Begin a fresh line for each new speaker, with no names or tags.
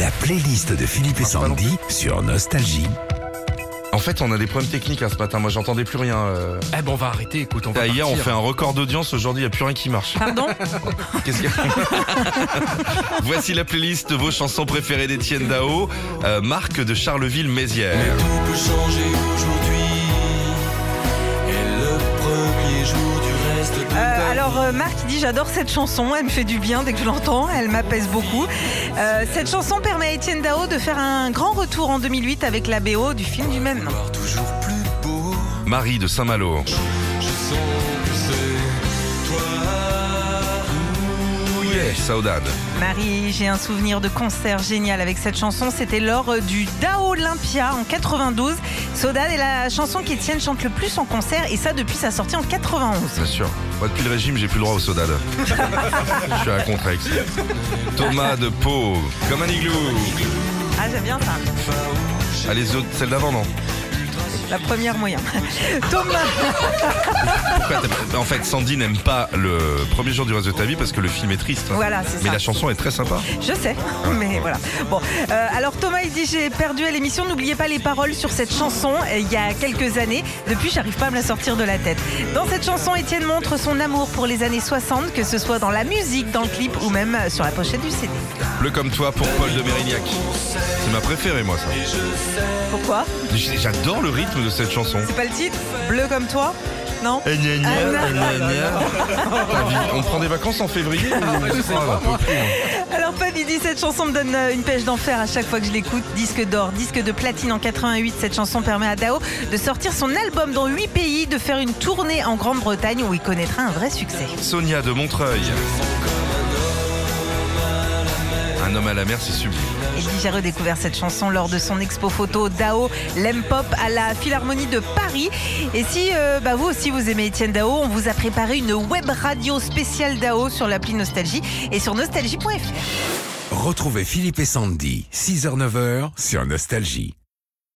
La playlist de Philippe et
Ah, pardon.
Sandy sur Nostalgie.
En fait, on a des problèmes techniques hein, ce matin. Moi, j'entendais plus rien. euh.
Eh ben on va arrêter, écoute, on va
Là, hier, on
partir.
fait un record d'audience. Aujourd'hui, il n'y a plus rien qui marche.
Pardon Euh,
Qu'est-ce que- Voici la playlist de vos chansons préférées d'Étienne Dao, euh, Marc de Charleville-Mézières.
Tout peut changer aujourd'hui est le premier jour du reste de ta
Euh, alors euh, Marc il dit j'adore cette chanson, elle me fait du bien dès que je l'entends, elle m'apaise beaucoup. Euh, cette chanson permet à Étienne Dao de faire un grand retour en 2008 avec la BO du film du même nom.
Voir toujours plus beau,
Marie de Saint-Malo.
je sens que c'est toi.
Saudade.
Marie, j'ai un souvenir de concert génial avec cette chanson, c'était lors euh, du Dao Olympia en 92. Sodade est la chanson qu'Étienne chante le plus en concert et ça depuis sa sortie en 91.
Bien sûr. Moi, depuis le régime, j'ai plus le droit au sodade. Je suis à contrex. Thomas de Pau, comme un igloo.
Ah j'aime bien ça.
Ah, les autres, celle d'avant, non
La première moyen. Thomas,
Pourquoi t'as- En fait, Sandy n'aime pas le premier jour du reste de ta vie parce que le film est triste. hein.
Voilà, c'est
Mais
ça.
la chanson est très sympa.
je sais, mais voilà. Bon, euh, alors Thomas, il dit j'ai perdu à l'émission. N'oubliez pas les paroles sur cette chanson. euh, Il y a quelques années. Depuis, j'arrive pas à me la sortir de la tête. Dans cette chanson, Étienne montre son amour pour les années 60, que ce soit dans la musique, dans le clip ou même euh, sur la pochette du CD.
Bleu comme toi pour Paul de Mérignac. C'est ma préférée, moi, ça.
Pourquoi
J- J'adore le rythme de cette chanson.
C'est pas le titre Bleu comme toi Non.
Eh, gna, gna,
Ah,
eh, gna, gna. Ta vie. On prend des vacances en février ou- Ah, on peut plus, hein.
Alors Fab, il dit cette chanson me donne euh, une pêche d'enfer à chaque fois que je l'écoute. Disque d'or, disque de platine en 88. Cette chanson permet à Dao de sortir son album dans 8 pays, de faire une tournée en Grande-Bretagne où il connaîtra un vrai succès.
Sonia de Montreuil. Un homme à la mer, c'est sublime.
Il dit j'ai redécouvert cette chanson lors de son expo photo Dao Lem Pop à la Philharmonie de Paris. Et si euh, bah, vous aussi vous aimez Étienne Dao, on vous a préparé une web radio spéciale Dao sur l'appli Nostalgie et sur nostalgie.fr.
Retrouvez Philippe et Sandy, 6h-9h sur Nostalgie.